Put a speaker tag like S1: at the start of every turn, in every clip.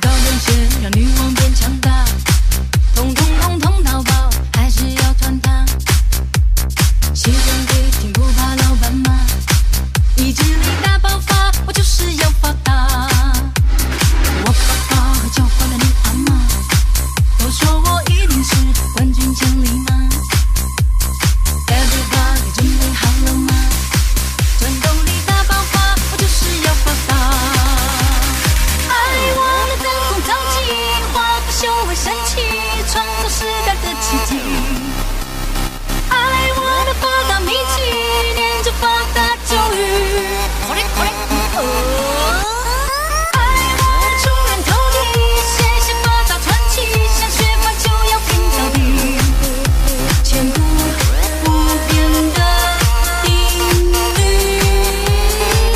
S1: 高跟鞋让女王变强大，通通通通到爆，还是要穿它。西装笔挺不怕老板骂，意志力大爆发，我就是要发达。我爸爸和教官的你阿妈，都说我一定是冠军千里马。Everybody 准备好了吗？战斗力大爆发，我就是要发达。爱我的灯光照起，化腐朽为神奇，创造时代的奇迹。爱我的发达秘籍，念着发达咒语。これこれ哦爱我的出人头地，写下发达传奇，想学霸就要拼到底。千古不变的定律。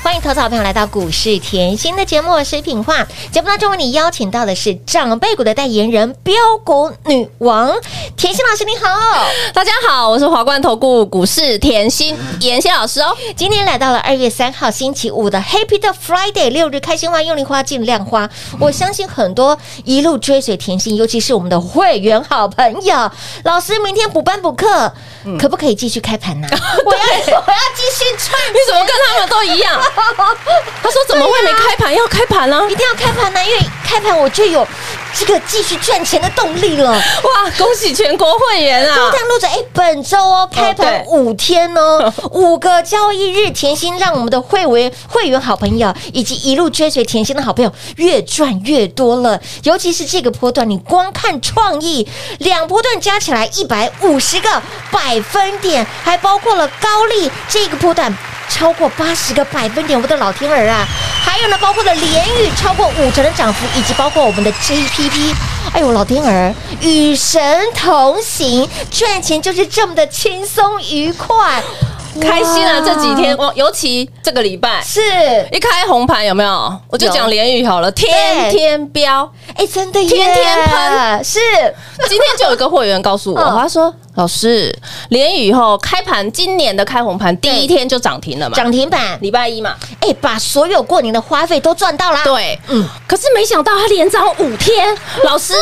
S2: 欢迎投资好朋友来到股市甜心的节目，我是品化。节目当中为你邀请到的是长辈股的代言人标股女王甜心老师，你好。
S3: 大家好，我是华冠投顾股市甜心妍希老师哦。
S2: 今天来到了二月三号星期五的 Happy 的 Friday，六日开心花，用力花，尽量花。我相信很多一路追随甜心，尤其是我们的会员好朋友，老师明天补班补课，
S3: 嗯
S2: 可不可以继续开盘呢、 我要我要继续赚，
S3: 你怎么跟他们都一 样？他说怎么会没开盘？要开盘啊啦、
S2: 一定要开盘呢、因为开盘我就有这个继续赚钱的动力了。
S3: 哇，恭喜全国会员啊！
S2: 探路者，哎，本周哦，开盘
S3: 对
S2: 五天 哦，五个交易日，甜心让我们的会员、会员好朋友以及一路追随甜心的好朋友越赚越多了。尤其是这个波段，你光看创意两波段加起来一百五十个百分点，还包括了高利这个波段。超过八十个百分点，我的老天儿啊！还有呢，包括了联宇超过五成的涨幅，以及包括我们的 JPP，哎呦，老天儿，与神同行，赚钱就是这么的轻松愉快，
S3: 开心啊！
S2: 哇
S3: 这几天我尤其这个礼拜
S2: 是
S3: 一开红盘有没有？我就
S2: 有
S3: 讲联宇好了，天天飙。
S2: 哎，真的耶，
S3: 天天喷
S2: 是
S3: 今天就有一个会员告诉我，
S2: 嗯
S3: 他说：“老师，联宇以后开盘，今年的开红盘第一天就涨停了嘛，
S2: 涨停板，
S3: 礼拜一嘛。
S2: 哎，把所有过年的花费都赚到啦，，
S3: 对，
S2: 嗯，
S3: 可是没想到他连涨五天，老 师，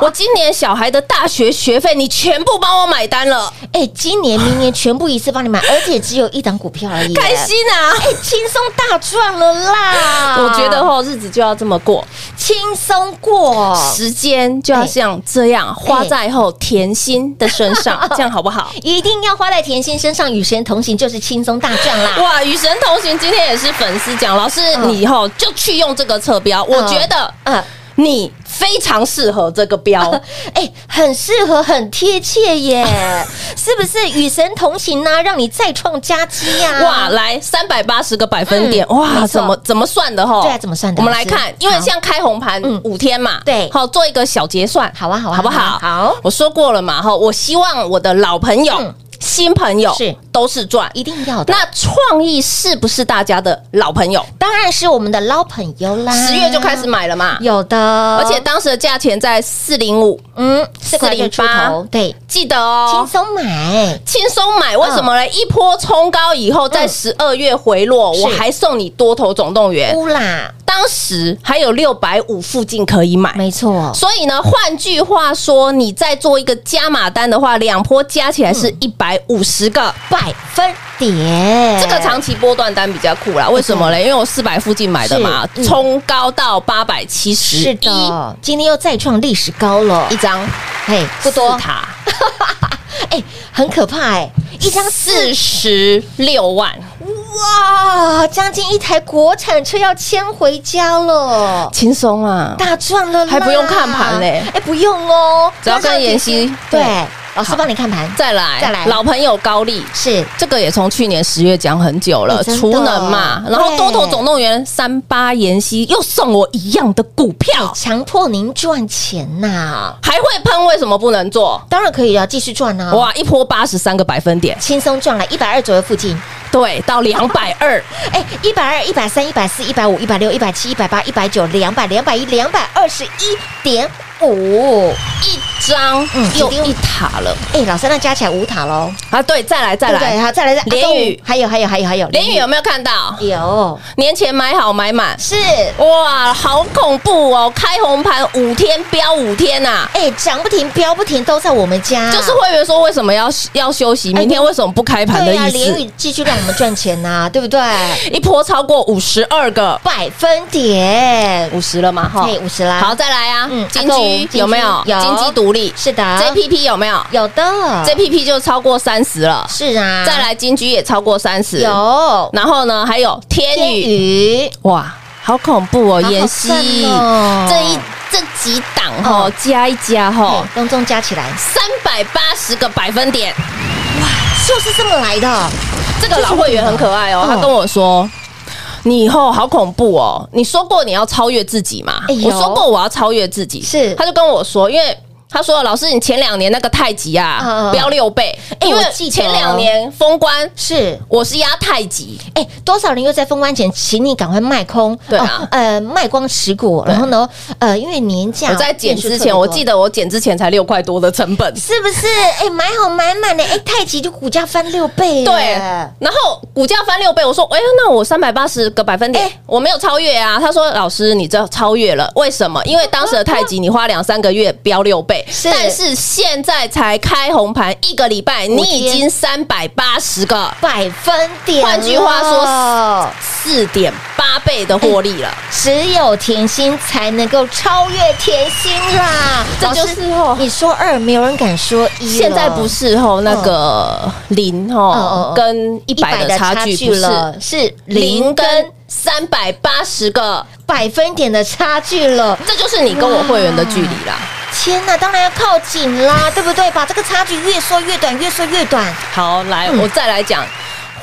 S3: 我今年小孩的大学学费你全部帮我买单了，
S2: 哎，今年明年全部一次帮你 买，而且只有一档股票而已，
S3: 开心。啊！
S2: 哎，轻松大赚了啦！
S3: 我觉得吼，日子就要这么过，
S2: 轻松过，
S3: 时间就要像这样花在后甜心的身 上，这样好不好？
S2: 一定要花在甜心身上，与神同行就是轻松大赚啦！
S3: 哇，与神同行，今天也是粉丝讲，老师
S2: 嗯
S3: 你以后就去用这个侧标，我觉得
S2: 嗯，
S3: 你非常适合这个 标，
S2: 哎、很适合，很贴切耶， 是不是？与神同行呢、让你再创佳绩啊呀、
S3: 哇，，来三百八十个百分点，
S2: 嗯没
S3: 哇，
S2: 错
S3: 怎么怎么算的吼？
S2: 对啊怎么算的
S3: 我们来
S2: 老
S3: 看
S2: 师，
S3: 因为
S2: 好
S3: 像开红盘
S2: 嗯
S3: 五天嘛，
S2: 对
S3: 好做一个小结算，
S2: 好啊好啊
S3: 好不
S2: 好
S3: 好？
S2: 啊好，
S3: 我说过了嘛，哈，我希望我的老朋友
S2: 嗯、
S3: 新朋友
S2: 是
S3: 都是赚，
S2: 一定要的。
S3: 那创意是不是大家的老朋友？
S2: 当然是我们的老朋友啦，
S3: 十月就开始买了嘛，
S2: 有的，
S3: 而且当时的价钱在四零五，
S2: 嗯，四块六出
S3: 408
S2: 头，对，
S3: 记得
S2: 轻
S3: 哦。
S2: 松买，
S3: 轻松买，为什么呢？一波冲高以后，在
S2: 嗯
S3: 十二月回落，
S2: 是
S3: 我还送你多头总动员，
S2: 乌啦，
S3: 当时还有六百五附近可以买。
S2: 没错，
S3: 所以呢，换句话说，你再做一个加码单的话，两波加起来
S2: 嗯
S3: 是一百五十个。
S2: 百分点，
S3: 这个长期波段单比较酷啦，为什么嘞？因为我四百附近买的嘛
S2: 是嗯，
S3: 冲高到八百七十
S2: 是
S3: 一
S2: 的，今天又再创历史高了
S3: 一，张，
S2: 嘿，不多
S3: 四，塔
S2: 哎，很可怕哎，一张四
S3: 四十六万，
S2: 哇，将近一台国产车要迁回家了，
S3: 轻松啊！
S2: 大赚了啦，
S3: 还不用看盘嘞
S2: 哎、不用哦，
S3: 只要跟妍希
S2: 对，老师帮你看盘，
S3: 再来，
S2: 再来
S3: 老朋友高丽。
S2: 是
S3: 这个也从去年十月讲很久
S2: 哎
S3: 了，
S2: 真的
S3: 储能嘛，然后
S2: 对
S3: 多头总动员三八妍希又送我一样的股票，
S2: 强迫您赚钱呐、
S3: 还会喷，为什么不能做？
S2: 当然可以啊，继续赚啊，哇，
S3: 哇，一波八十三个百分点，
S2: 轻松赚了一百二左右附近，
S3: 对，到两百二，
S2: 哎，一百二、一百三、一百四、一百五、一百六、一百七、一百八、一百九、两百、两百一、两百二十一点五，
S3: 一张
S2: 嗯
S3: 又
S2: 一定
S3: 一塔了
S2: 哎，老师那加起来五塔喽，
S3: 啊！对，再来再
S2: 对不对？
S3: 来，
S2: 好，再来再
S3: 联
S2: 啊动
S3: 宇
S2: 物还有还有还有还有
S3: 联宇有没有看到？
S2: 有
S3: 年前买好买满，
S2: 是，
S3: 哇，好恐怖哦！开红盘五天飙五天呐、啊！
S2: 哎，涨不停，飙不停，都在我们家，
S3: 就是会员说为什么要要休息，明天为什么不开盘的
S2: 对啊，
S3: 意
S2: 联
S3: 思？
S2: 宇继续让我们赚钱呐，对不对？
S3: 一波超过五十二个，
S2: 百分点，
S3: 五十了嘛哈
S2: 嘿，，五十啦，
S3: 好，再来啊
S2: 嗯，
S3: 金
S2: 阿贡金
S3: 居
S2: 居
S3: 有没有？啊
S2: 有
S3: 金鸡独立
S2: 是的
S3: ，JPP 有没有
S2: 有的，
S3: ？JPP 就超过三十了，
S2: 是啊，
S3: 再来金居也超过三十，
S2: 有
S3: 然后呢，还有天宇，
S2: 宇，
S3: 哇，好恐怖哦，
S2: 好好
S3: 妍希，
S2: 看哦
S3: 这一这几档哈
S2: 嗯，
S3: 加一加哈
S2: 哦，，当中加起来
S3: 嗯三百八十个百分点，
S2: 就是这么来的，
S3: 这个老会员很可爱哦，他跟我说。你以后好恐怖哦！你说过你要超越自己嘛？
S2: 哎呦
S3: 我说过我要超越自己，
S2: 是
S3: 他就跟我说，因为他说老师，你前两年那个太极
S2: 嗯嗯
S3: 啊
S2: 嗯，
S3: 飙六倍，
S2: 哎
S3: 因为
S2: 我记得
S3: 前两年封关
S2: 是。
S3: 我是压太极，
S2: 哎，多少人又在封关前，请你赶快卖空，
S3: 对啊
S2: 哦呃，卖光持股，然后呢，呃，因为年假
S3: 我在减之前，我记
S2: 得
S3: 得我减之前才六块多的成本，
S2: 是不是？哎，买好买满的，哎，太极就股价翻六倍耶，
S3: 对，然后股价翻六倍，我说，哎呀，那我三百八十个百分点、
S2: 哎
S3: 我没有超越啊。他说，老师，你这超越了，为什么？因为当时的太极，你花两三个月飙六倍，
S2: 是
S3: 但是现在才开红盘一个礼拜，你已经三百八十个，
S2: 百分点。
S3: 换句话说，四点八倍的获利了。
S2: 只有甜心才能够超越甜心啦。
S3: 这
S2: 老师
S3: 就是哦
S2: 你说二，没有人敢说一了。
S3: 现在不是吼那个零
S2: 哦哦
S3: 吼
S2: 哦
S3: 跟嗯一百的差距不是
S2: 了，是零
S3: 零跟
S2: 跟
S3: 三百八十个，
S2: 百分点的差距了。
S3: 这就是你跟我会员的距离啦。
S2: 天哪，当然要靠紧啦，对不对？把这个差距越缩越短，越缩越短。
S3: 好，来，我再来讲，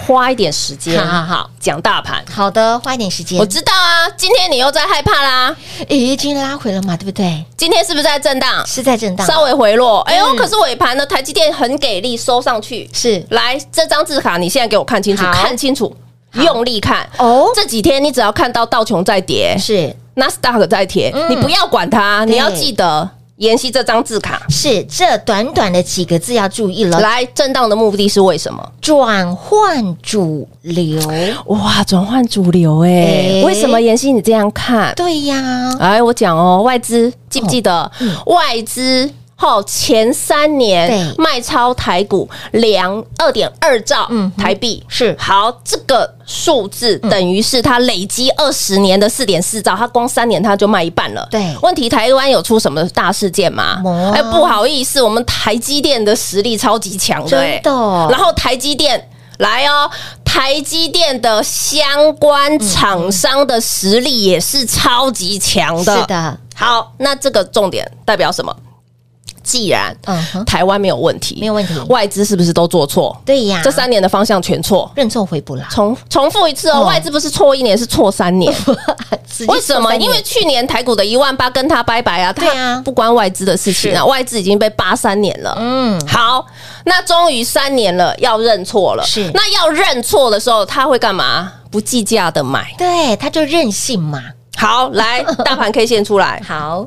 S3: 花一点时间，
S2: 好好好，
S3: 讲大盘。
S2: 好的，花一点时间。
S3: 我知道啊，今天你又在害怕啦，
S2: 已经拉回了嘛，对不对？
S3: 今天是不是在震荡？
S2: 是在震荡，
S3: 稍微回落，哎呦，
S2: 嗯
S3: 可是尾盘呢，台积电很给力，收上去。
S2: 是
S3: 来，这张字卡你现在给我看清楚，
S2: 好
S3: 看清楚，用力看。
S2: 哦，
S3: 这几天你只要看到道琼在跌，
S2: 是
S3: 纳斯达克在跌，
S2: 嗯
S3: 你不要管它，
S2: 对
S3: 你要记得研习这张字卡。
S2: 是，这短短的几个字要注意了，
S3: 来，震荡的目的是为什么？
S2: 转换主流。
S3: 哇，转换主流哎、
S2: 哎
S3: 为什么妍希你这样看？
S2: 对呀，
S3: 哎，我讲哦，外资记不记得、
S2: 哦嗯
S3: 外资？后前三年
S2: 对
S3: 卖超台股两二点二兆
S2: 嗯哼
S3: 台币，
S2: 是
S3: 好，这个数字等于是它累积二十年的四点四兆，它光三年它就卖一半了。
S2: 对
S3: 问题台湾有出什么大事件吗
S2: 没啊？
S3: 哎，不好意思，我们台积电的实力超级强的、哎
S2: 真的哦
S3: 然后台积电来哦。台积电的相关厂商的实力也是超级强的。
S2: 是，的，
S3: 好，那这个重点代表什么？既然
S2: 嗯哼，
S3: 台湾没有问题，
S2: 没有问题
S3: 外资是不是都做错？
S2: 对呀，
S3: 这三年的方向全错。
S2: 认错回补啦，
S3: 重重复一次哦，
S2: 哦
S3: 外资不是错一年，是错三年。为什么？因为去年台股的一万八跟他拜拜啊，
S2: 对啊
S3: 它不关外资的事情啊，外资已经被扒三年了。
S2: 嗯，
S3: 好，那终于三年了，要认错了。
S2: 是
S3: 那要认错的时候，他会干嘛？不计价的买。
S2: 对，他就任性嘛。
S3: 好， 来，大盘 K 线出来，
S2: 好，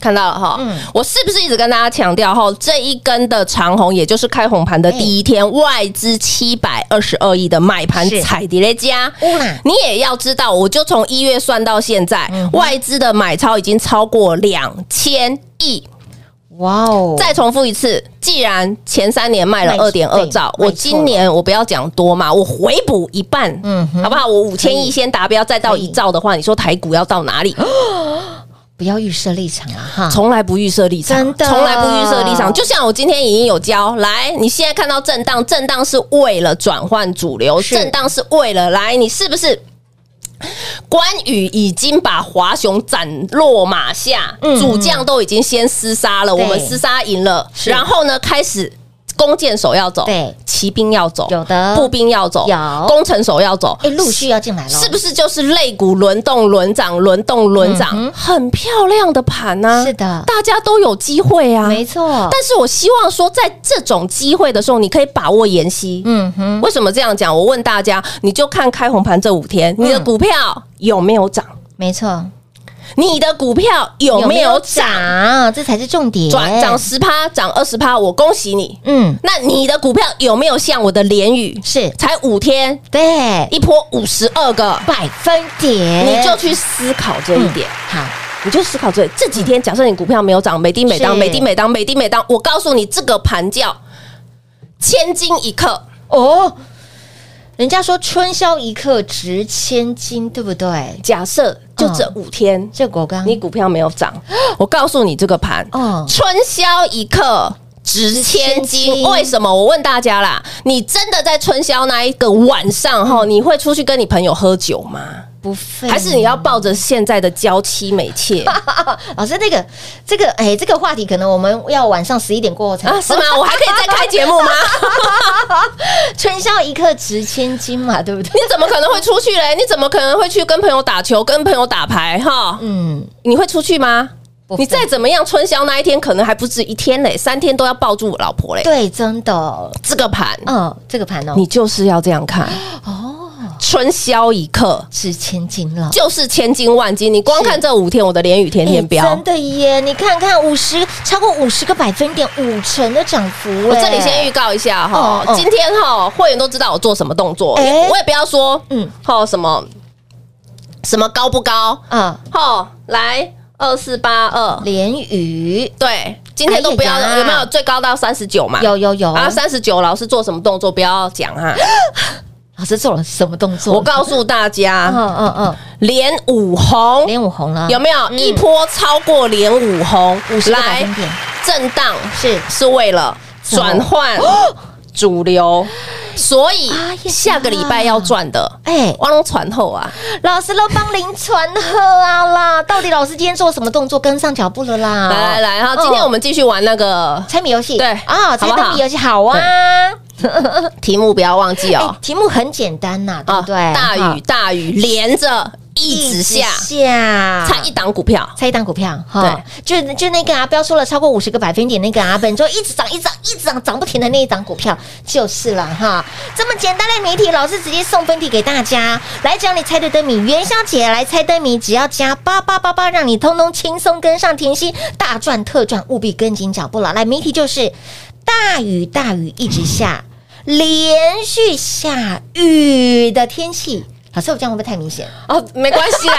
S3: 看到了哈。
S2: 嗯
S3: 我是不是一直跟大家强调哈，这一根的长红，也就是开红
S2: 哎
S3: 盘的第一天，外资七百二十二亿的买盘
S2: 是
S3: 踩跌了加。
S2: 乌啦，
S3: 你也要知道，我就从一月算到现在，
S2: 嗯
S3: 外资的买超已经超过两千亿。
S2: 哇哦，
S3: 再重复一次，既然前三年卖了
S2: 卖
S3: 二点二兆，
S2: 对卖错
S3: 我
S2: 了
S3: 今年我不要讲多嘛，我回补一半，
S2: 嗯哼
S3: 好不好？我五千
S2: 可
S3: 亿
S2: 以
S3: 先达标，再到
S2: 可以
S3: 一兆的话，你说台股要到哪里？
S2: 不要预设立场了哈。
S3: 从来不预设立场，
S2: 真的
S3: 从来不预设立场。就像我今天已经有教，来，你现在看到震荡，震荡是为了转换主流，
S2: 是
S3: 震荡是为了来，你是不是？关羽已经把华雄斩落马下，主将都已经先厮杀了，
S2: 嗯对
S3: 我们厮杀赢了，然后呢，开始弓箭手要走，
S2: 对
S3: 骑兵要走，
S2: 有的
S3: 步兵要走，
S2: 有
S3: 工程手要走，
S2: 哎，陆续要进来了，
S3: 是不是就是肋骨轮动、轮涨、轮动、轮涨，
S2: 嗯
S3: 很漂亮的盘啊呢、
S2: 啊是的
S3: 大家都有机会啊，
S2: 没错，
S3: 但是我希望说，在这种机会的时候，你可以把握妍希。
S2: 嗯哼，
S3: 为什么这样讲？我问大家，你就看开红盘这五天，你的股票有没有涨？
S2: 没错，
S3: 你的股票有没有涨？
S2: 涨？这才是重点，
S3: 转涨十趴，涨二十趴，我恭喜你。
S2: 嗯，
S3: 那你的股票有没有像我的联宇？
S2: 是
S3: 才五天，
S2: 对，
S3: 一波五十二个，
S2: 百分点，嗯
S3: 你就去思考这一点。
S2: 好，
S3: 你就思考这这几天，假设你股票没有涨，每滴每当，
S2: 是
S3: 每滴每当，每滴每当，我告诉你，这个盘叫千金一刻。
S2: 哦。人家说春宵一刻值千金，对不对？
S3: 假设就这五天，
S2: 这果刚
S3: 你股票没有涨，我告诉你这个盘，
S2: 嗯
S3: 春宵一刻。
S2: 值
S3: 值千
S2: 千
S3: 金，
S2: 金
S3: 为什么？我问大家啦，你真的在春宵那一个晚上哈，
S2: 嗯
S3: 你会出去跟你朋友喝酒吗？
S2: 不费，
S3: 还是你要抱着现在的娇妻 美妾
S2: 老师那个这个哎，这个话题可能我们要晚上十一点过后才
S3: 啊？是吗？我还可以再开节目吗？
S2: 春宵一刻值千金嘛，对不对
S3: 你？怎么可能会出去嘞？你怎么可能会去跟朋友打球、跟朋友打牌？哈，
S2: 嗯，
S3: 你会出去吗？
S2: 不会
S3: 你再怎么样，春宵那一天可能还不止一天嘞，三天都要抱住老婆嘞。
S2: 对，真的，
S3: 这个盘，
S2: 嗯，这个盘哦，
S3: 你就是要这样看哦。春宵一刻
S2: 值千金了。
S3: 就是千金万金，你光看这五天，我的连雨天天
S2: 哎
S3: 飙
S2: 真。的耶！你看看五十超过五十个百分点，五成的涨幅。哎我
S3: 我这里先预告一下哈
S2: 哦，哦
S3: 今天哈会员都知道我做什么动作，
S2: 哎
S3: 我也不要说，嗯
S2: 嗯，
S3: 哈什么什么高不高，
S2: 啊，
S3: 哈来二四八二，
S2: 连雨
S3: 对，今天都不要
S2: 哎呀
S3: 有没有最高到三十九嘛？
S2: 有有有，
S3: 啊，三十九老师做什么动作不要讲 哈，
S2: 老师做了什么动作？
S3: 我告诉啊大
S2: 嗯
S3: 家，
S2: 嗯嗯，
S3: 连五红
S2: 连五红了，
S3: 哦
S2: 嗯
S3: 有没有一波超过连五红
S2: 五？十个百分点
S3: 震荡
S2: 是
S3: 是为了转换
S2: 哦
S3: 主流，所以
S2: 哎呀
S3: 下个礼拜要赚的。
S2: 哎，
S3: 汪龙传后啊，
S2: 老师都帮林传喝啊啦！到底老师今天做什么动作？跟上脚步了啦！
S3: 来来来，哈，
S2: 哦
S3: 今天我们继续玩那个
S2: 猜谜游戏，
S3: 对
S2: 啊，猜
S3: 好不好
S2: 灯谜游戏好啊！哎，
S3: 题目，不要忘记哦。
S2: 题目很简单呐，对
S3: 啊，
S2: 不哎对？
S3: 大雨
S2: 哈
S3: 大雨连着一直下，
S2: 下
S3: 差一档股票。
S2: 猜一档股票哈，就就那个啊，不要说了超过五十个百分点那个啊，本周一直涨一直涨一直涨涨不停的那一档股票就是了哈。这么简单的谜题，老师直接送分题给大家。来，只要你猜对灯谜，元宵节来猜灯谜，只要加八八八八，让你通通轻松跟上甜心大赚特赚，务必跟紧脚步了。来，谜题就是大雨大雨一直下，连续下雨的天气。老师，我这样会不会太明显？
S3: 哦，没关 系啦，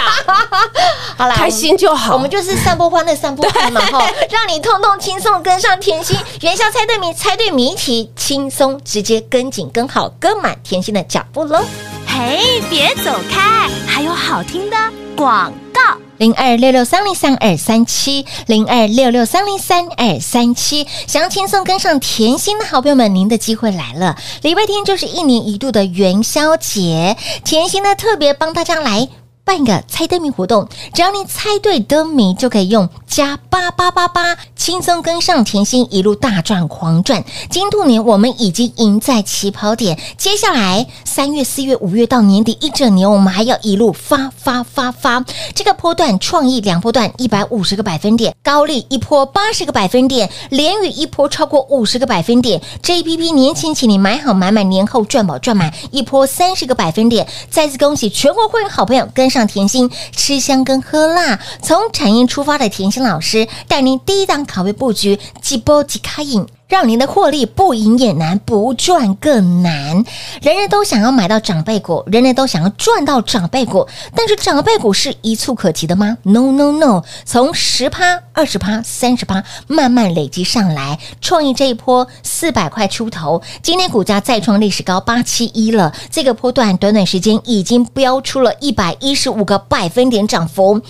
S2: 好啦，
S3: 开心就好。
S2: 我们就是散播欢乐，散播爱嘛哈，让你通通轻松跟上甜心元宵猜对谜，猜对谜题，轻松直接跟紧跟好跟满甜心的脚步喽。
S4: 嘿，别走开，还有好听的广告。
S2: 零二六六三零三二三七，零二六六三零三二三七，想要轻松跟上甜心的好朋友们，您的机会来了。礼拜天就是一年一度的元宵节，甜心呢特别帮大家来。办一个猜灯谜活动，只要你猜对灯谜，就可以用加八八八八，轻松跟上甜心一路大赚狂赚。金兔年我们已经赢在起跑点，接下来三月、四月、五月到年底一整年，我们还要一路发发发发。这个波段创意两波段一百五十个百分点，高利一波八十个百分点，连雨一波超过五十个百分点。JPP 年前请你买好买满，年后赚饱赚满，一波三十个百分点。再次恭喜全国会员好朋友跟上甜心，吃香跟喝辣，从产业出发的甜心老师带您第一档卡位布局，几波几卡影。让您的获利不赢也难，不赚更难。人人都想要买到长辈股，人人都想要赚到长辈股，但是长辈股是一蹴可及的吗？No No No，从十趴、二十趴、三十趴慢慢累积上来。创意这一波四百块出头，今天股价再创历史高八七一了。这个波段短短时间已经飙出了一百一十五个百分点涨幅。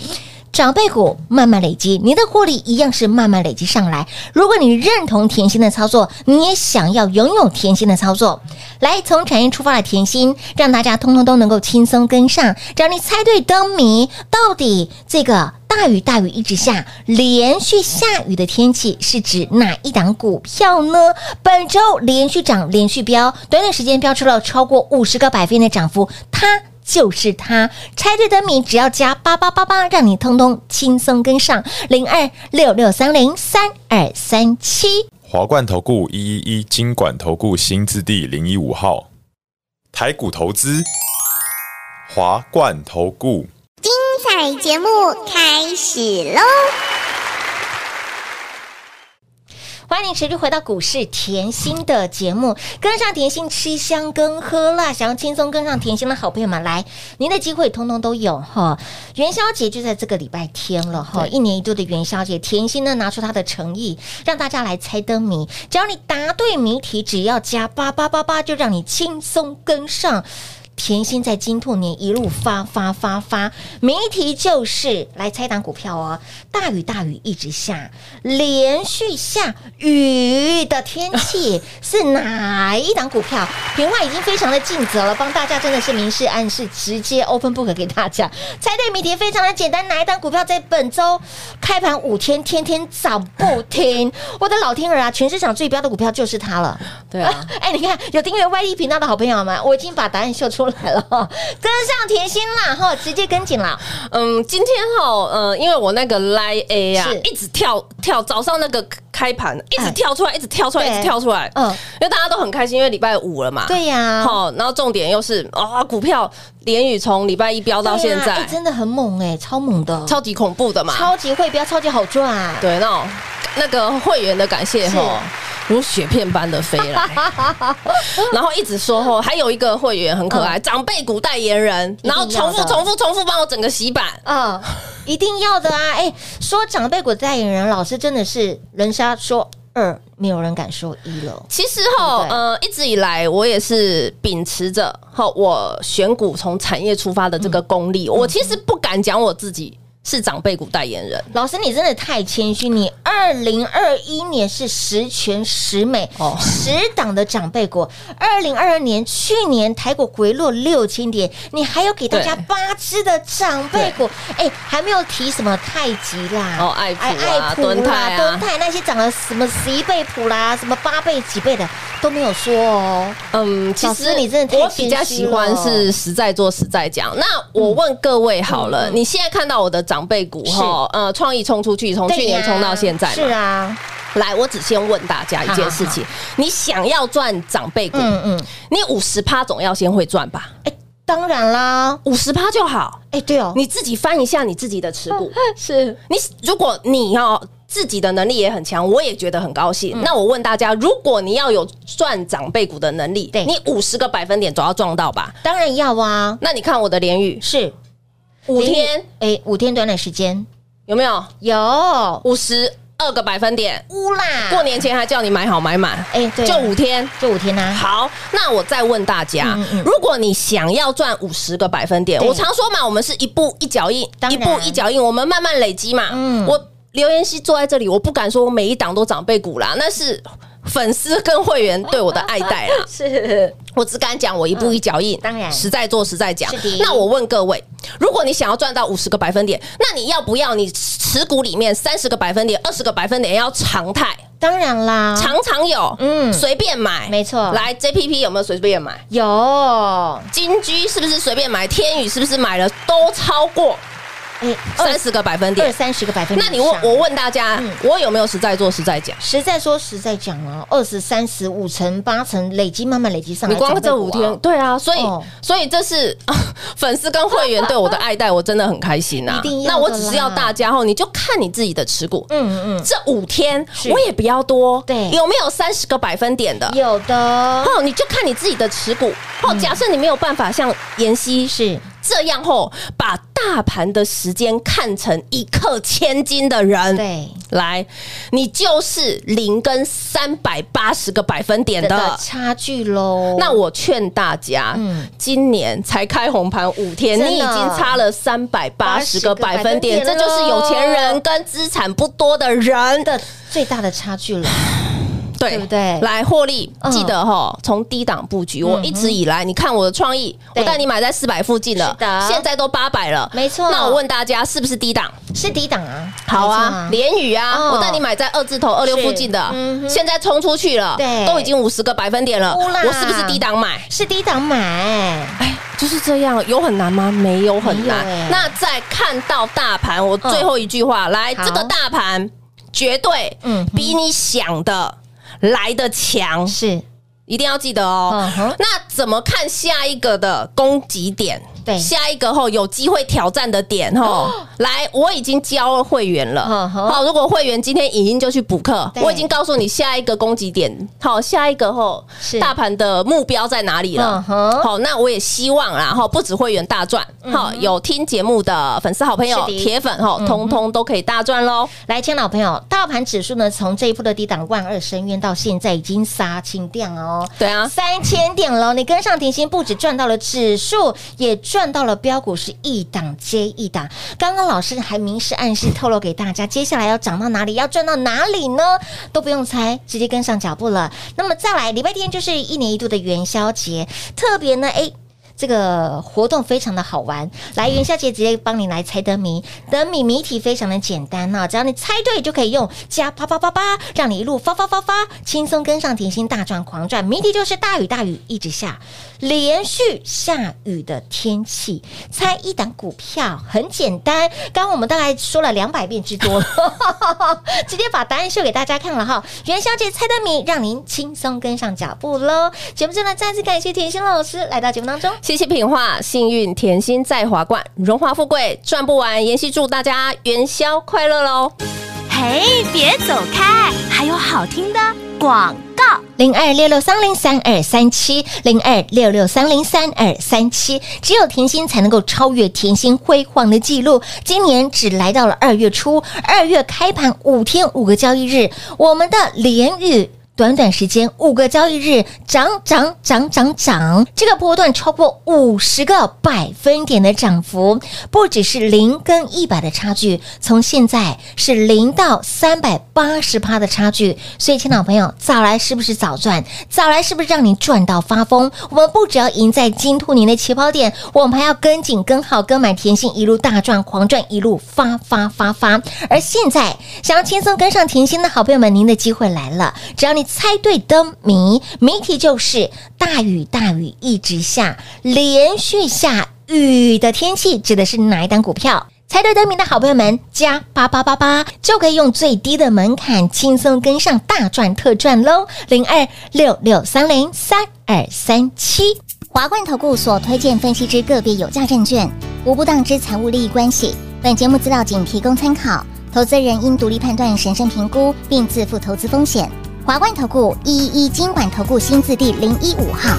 S2: 长辈股慢慢累积，你的获利一样是慢慢累积上来。如果你认同甜心的操作，你也想要拥有甜心的操作，来从产业出发的甜心，让大家通通都能够轻松跟上。只要你猜对灯谜，到底这个。大雨大雨一直下，连续下雨的天气是指哪一档股票呢？本周连续涨，连续飙，短短时间飙出了超过五十个百分点的涨幅，它。就是它，猜对灯谜只要加八八八八，让你通通轻松跟上零二六六三零三二三七。
S5: 华冠投顾一一一金管投顾新字第零一五号，台股投资，华冠投顾。
S6: 彩节目开始喽！
S2: 欢迎你持续回到股市甜心的节目，跟上甜心吃香跟喝辣，想要轻松跟上甜心的好朋友们，来，您的机会通通都有哈。元宵节就在这个礼拜天了哈，一年一度的元宵节，甜心呢拿出她的诚意，让大家来猜灯谜，只要你答对谜题，只要加八八八八，就让你轻松跟上。甜心在金兔年一路发发发发，谜题就是来猜一档股票哦。大雨大雨一直下，连续下雨的天气是哪一档股票？平话已经非常的尽责了，帮大家真的是明示暗示，直接 open book 给大家。猜对谜题非常的简单，哪一档股票在本周开盘五天天天涨不停？我的老天儿啊，全市场最标的股票就是它了。
S3: 对啊，
S2: 哎、你看有订阅 YD 频道的好朋友们，我已经把答案秀出来了， 哈跟上甜心啦，哈，直接跟紧了。
S3: 嗯，今天哈，呃，因为我那个 Line A 啊
S2: 是，
S3: 一直跳跳，早上那个开盘一直跳出来，一直跳出来，
S2: 对
S3: 一直跳出来，
S2: 嗯
S3: 嗯，因为大家都很开心，因为礼拜五了嘛，
S2: 对呀
S3: 好，然后重点又是啊，股票连雨从礼拜一飙到现
S2: 对啊哎
S3: 在，
S2: 真的很猛哎、超猛的，
S3: 超级恐怖的嘛，
S2: 超级会标，超级好赚。
S3: 对，那种那个会员的感谢
S2: 是
S3: 吼，如雪片般的 飞来，然后一直说吼，还有一个会员很可爱，长辈股代言人，
S2: 一定
S3: 然后重
S2: 要
S3: 复
S2: 的
S3: 重复重复帮我整个洗版，
S2: 啊、一定要的啊！哎、说长辈股代言人，老师真的是人家说二，没有人敢说一了。
S3: 其实哈
S2: 对，不对
S3: 呃，一直以来我也是秉持着哈，我选股从产业出发的这个功
S2: 嗯
S3: 力，我其实不敢讲我自己是长辈股代言人。
S2: 老师，你真的太谦虚。你二零二一年是十全十美
S3: 哦
S2: 十档的长辈股。二零二二年去年台股回落六千点，你还有给大家
S3: 对
S2: 八只的长辈股，哎，还没有提什么太极啦，
S3: 哦爱普啊
S2: 哎爱普
S3: 敦
S2: 啦
S3: 泰，啊
S2: 敦泰那些涨了什么十一倍普啦，什么八倍几倍的都没有说哦。
S3: 嗯，其
S2: 老师
S3: 实
S2: 你真的太
S3: 我比较
S2: 谦虚
S3: 喜欢
S2: 了
S3: 是实在做实在讲。那我问各位好了，你现在看到我的长辈股
S2: 嗯是
S3: 哈，呃，创意冲出去，从去
S2: 对呀
S3: 年冲到现在嘛。
S2: 是啊，
S3: 来，我只先问大家一件事情：你想要赚长辈股，
S2: 嗯嗯，
S3: 你五十趴总要先会赚吧？
S2: 哎，当然啦，
S3: 五十趴就好。
S2: 哎，对哦，
S3: 你自己翻一下你自己的持股。
S2: 是
S3: 你如果你要、自己的能力也很强，我也觉得很高
S2: 嗯
S3: 兴。那我问大家，如果你要有赚长辈股的能力，
S2: 对
S3: 你五十个百分点总要撞到吧？
S2: 当然要啊，
S3: 那你看我的联宇
S2: 是
S3: 五
S2: 连
S3: 天
S2: 哎，五天短短时间
S3: 有没有
S2: 有
S3: 五十二个百分点？
S2: 乌啦，
S3: 过年前还叫你买好买满，
S2: 哎对啊
S3: 就五天。
S2: 就五天啊呐，
S3: 好，那我再问大家，
S2: 嗯嗯
S3: 如果你想要赚五十个百分点，
S2: 对
S3: 我常说嘛，我们是一步一脚印
S2: 当，
S3: 一
S2: 然
S3: 步一脚印，我们慢慢累积嘛。
S2: 嗯
S3: 我刘妍希坐在这里，我不敢说我每一档都长辈股啦，那是粉丝跟会员对我的爱 戴啦。
S2: 是
S3: 我只敢讲我一步一脚印，
S2: 嗯当然
S3: 实在做实在讲
S2: 是的。
S3: 那我问各位，如果你想要赚到五十个百分点，那你要不要你持股里面三十个百分点、二十个百分点要常态，
S2: 当然啦，
S3: 常常有，
S2: 嗯
S3: 嗯，随便买，
S2: 没错
S3: 来 JPP 有没有随便买？
S2: 有
S3: 金居是不是随便买？天宇是不是买了都超过
S2: 哎
S3: 三十个百分
S2: 二
S3: 点？
S2: 三十个百分
S3: 那
S2: 点以
S3: 你
S2: 上，
S3: 问我问大家
S2: 嗯，
S3: 我有没有实在做实在讲？
S2: 实在说实在讲啊，二十三十五乘八乘累积慢慢累积上来，
S3: 你光这五
S2: 长辈
S3: 天，
S2: 股
S3: 对啊，所以
S2: 哦
S3: 所以这是 粉丝跟会员对我的爱戴，我真的很开心啊
S2: 一定。要的啦
S3: 那我只是要大家后，你就看你自己的持股
S2: 啊，。嗯嗯
S3: 这五天
S2: 是
S3: 我也不要多，
S2: 对
S3: 有没有三十个百分点的
S2: 嗯，？有 的
S3: 哦，你就看
S2: 嗯
S3: 你自己的持股。哦，假设你没有办法像妍希
S2: 是
S3: 这样吼，把大盘的时间看成一克千金的人，
S2: 对，
S3: 来，你就是零跟三百八十个百分点
S2: 的
S3: 的
S2: 的。差距喽。
S3: 那我劝大家，
S2: 嗯
S3: 今年才开红盘五天，
S2: 真的
S3: 你已经差了三百八十
S2: 个
S3: 个百分点，
S2: 百分
S3: 这
S2: 点
S3: 就是有钱
S2: 了
S3: 人跟资产不多的人
S2: 的最大的差距了，
S3: 对
S2: 对不对
S3: 来获利，
S2: 嗯
S3: 记得哈，从低档布局。我一直以来，你看我的创意，
S2: 对
S3: 我带你买在四百附近了
S2: 是的，
S3: 现在都八百了，
S2: 没错
S3: 那我问大家，是不是低档？
S2: 是低档啊，
S3: 好
S2: 没错
S3: 啊，联宇啊，
S2: 哦
S3: 我带你买在二字头二六附近的
S2: 嗯，哼
S3: 现在冲出去了，
S2: 对
S3: 都已经五十个百分点了，
S2: 呼啦
S3: 我是不是低档买？
S2: 是低档买，
S3: 哎，就是这样，有很难吗？没有很难。
S2: 没有欸嗯
S3: 那再看到大盘，我最后一句话，来，
S2: 好
S3: 这个大盘绝对
S2: 嗯哼
S3: 比你想的来的强，
S2: 是
S3: 一定要记得哦
S2: 嗯哼。
S3: 那怎么看下一个的攻击点？
S2: 对哦
S3: 下一个后有机会挑战的点吼，来，我已经教了会员了。
S2: 嗯哼
S3: 好，如果会员今天已经就去补课，
S2: 对
S3: 我已经告诉你下一个攻击点。好，下一个后
S2: 是
S3: 大盘的目标在哪里了
S2: 嗯？哼嗯
S3: 好，那我也希望啦，哈，不止会员大赚，好，有听节目的粉丝好朋友
S2: 是的
S3: 铁粉哈，
S2: 嗯哼
S3: 通通都可以大赚喽。
S2: 来，亲爱的老朋友，大盘指数呢，从这一波的低档万二深渊到现在已经杀青量哦，
S3: 对啊，
S2: 三千点喽！你跟上甜心，不止赚到了指数，也赚到了标股，是一档接一档。刚刚老师还明示暗示透露给大家，接下来要涨到哪里，要赚到哪里呢？都不用猜，直接跟上脚步了。那么再来，礼拜天就是一年一度的元宵节，特别呢，诶。这个活动非常的好玩，来元宵节直接帮你来猜灯谜，灯谜谜题非常的简单啊，只要你猜对就可以用加啪啪啪啪，让你一路发发发发，轻松跟上甜心大赚狂赚。谜题就是大雨大雨一直下，连续下雨的天气，猜一档股票很简单，刚刚我们大概说了两百遍之多了， 直接把答案秀给大家看了哈。元宵节猜灯谜，让您轻松跟上脚步喽。节目真的再次感谢甜心老师来到节目当中。
S3: 谢谢品画，幸运甜心在华冠，荣华富贵赚不完。妍希祝大家元宵快乐喽！
S4: 嘿，别走开，还有好听的广告。
S2: 零二六六三零三二三七，零二六六三零三二三七，只有甜心才能够超越甜心辉煌的记录。今年只来到了二月初，二月开盘五天五个交易日，我们的连雨。短短时间五个交易日涨涨涨涨涨，这个波段超过五十个百分点的涨幅，不只是零跟一百的差距，从现在是零到三百八十趴的差距。所以，亲老朋友，早来是不是早赚？早来是不是让你赚到发疯？我们不只要赢在金兔年的起跑点，我们还要跟紧、跟好、跟满甜心一路大赚、狂赚，一路发发发发。而现在，想要轻松跟上甜心的好朋友们，您的机会来了，只要你猜对灯谜，谜题就是大雨大雨一直下，连续下雨的天气指的是哪一档股票？猜对灯谜的好朋友们，加八八八八就可以用最低的门槛轻松跟上大赚特赚喽！零二六六三零三二三七。
S6: 华冠投顾所推荐分析之个别有价证券，无不当之财务利益关系。本节目资料仅提供参考，投资人应独立判断、审慎评估，并自负投资风险。华冠投顾一一一金管投顾新字第零一五号。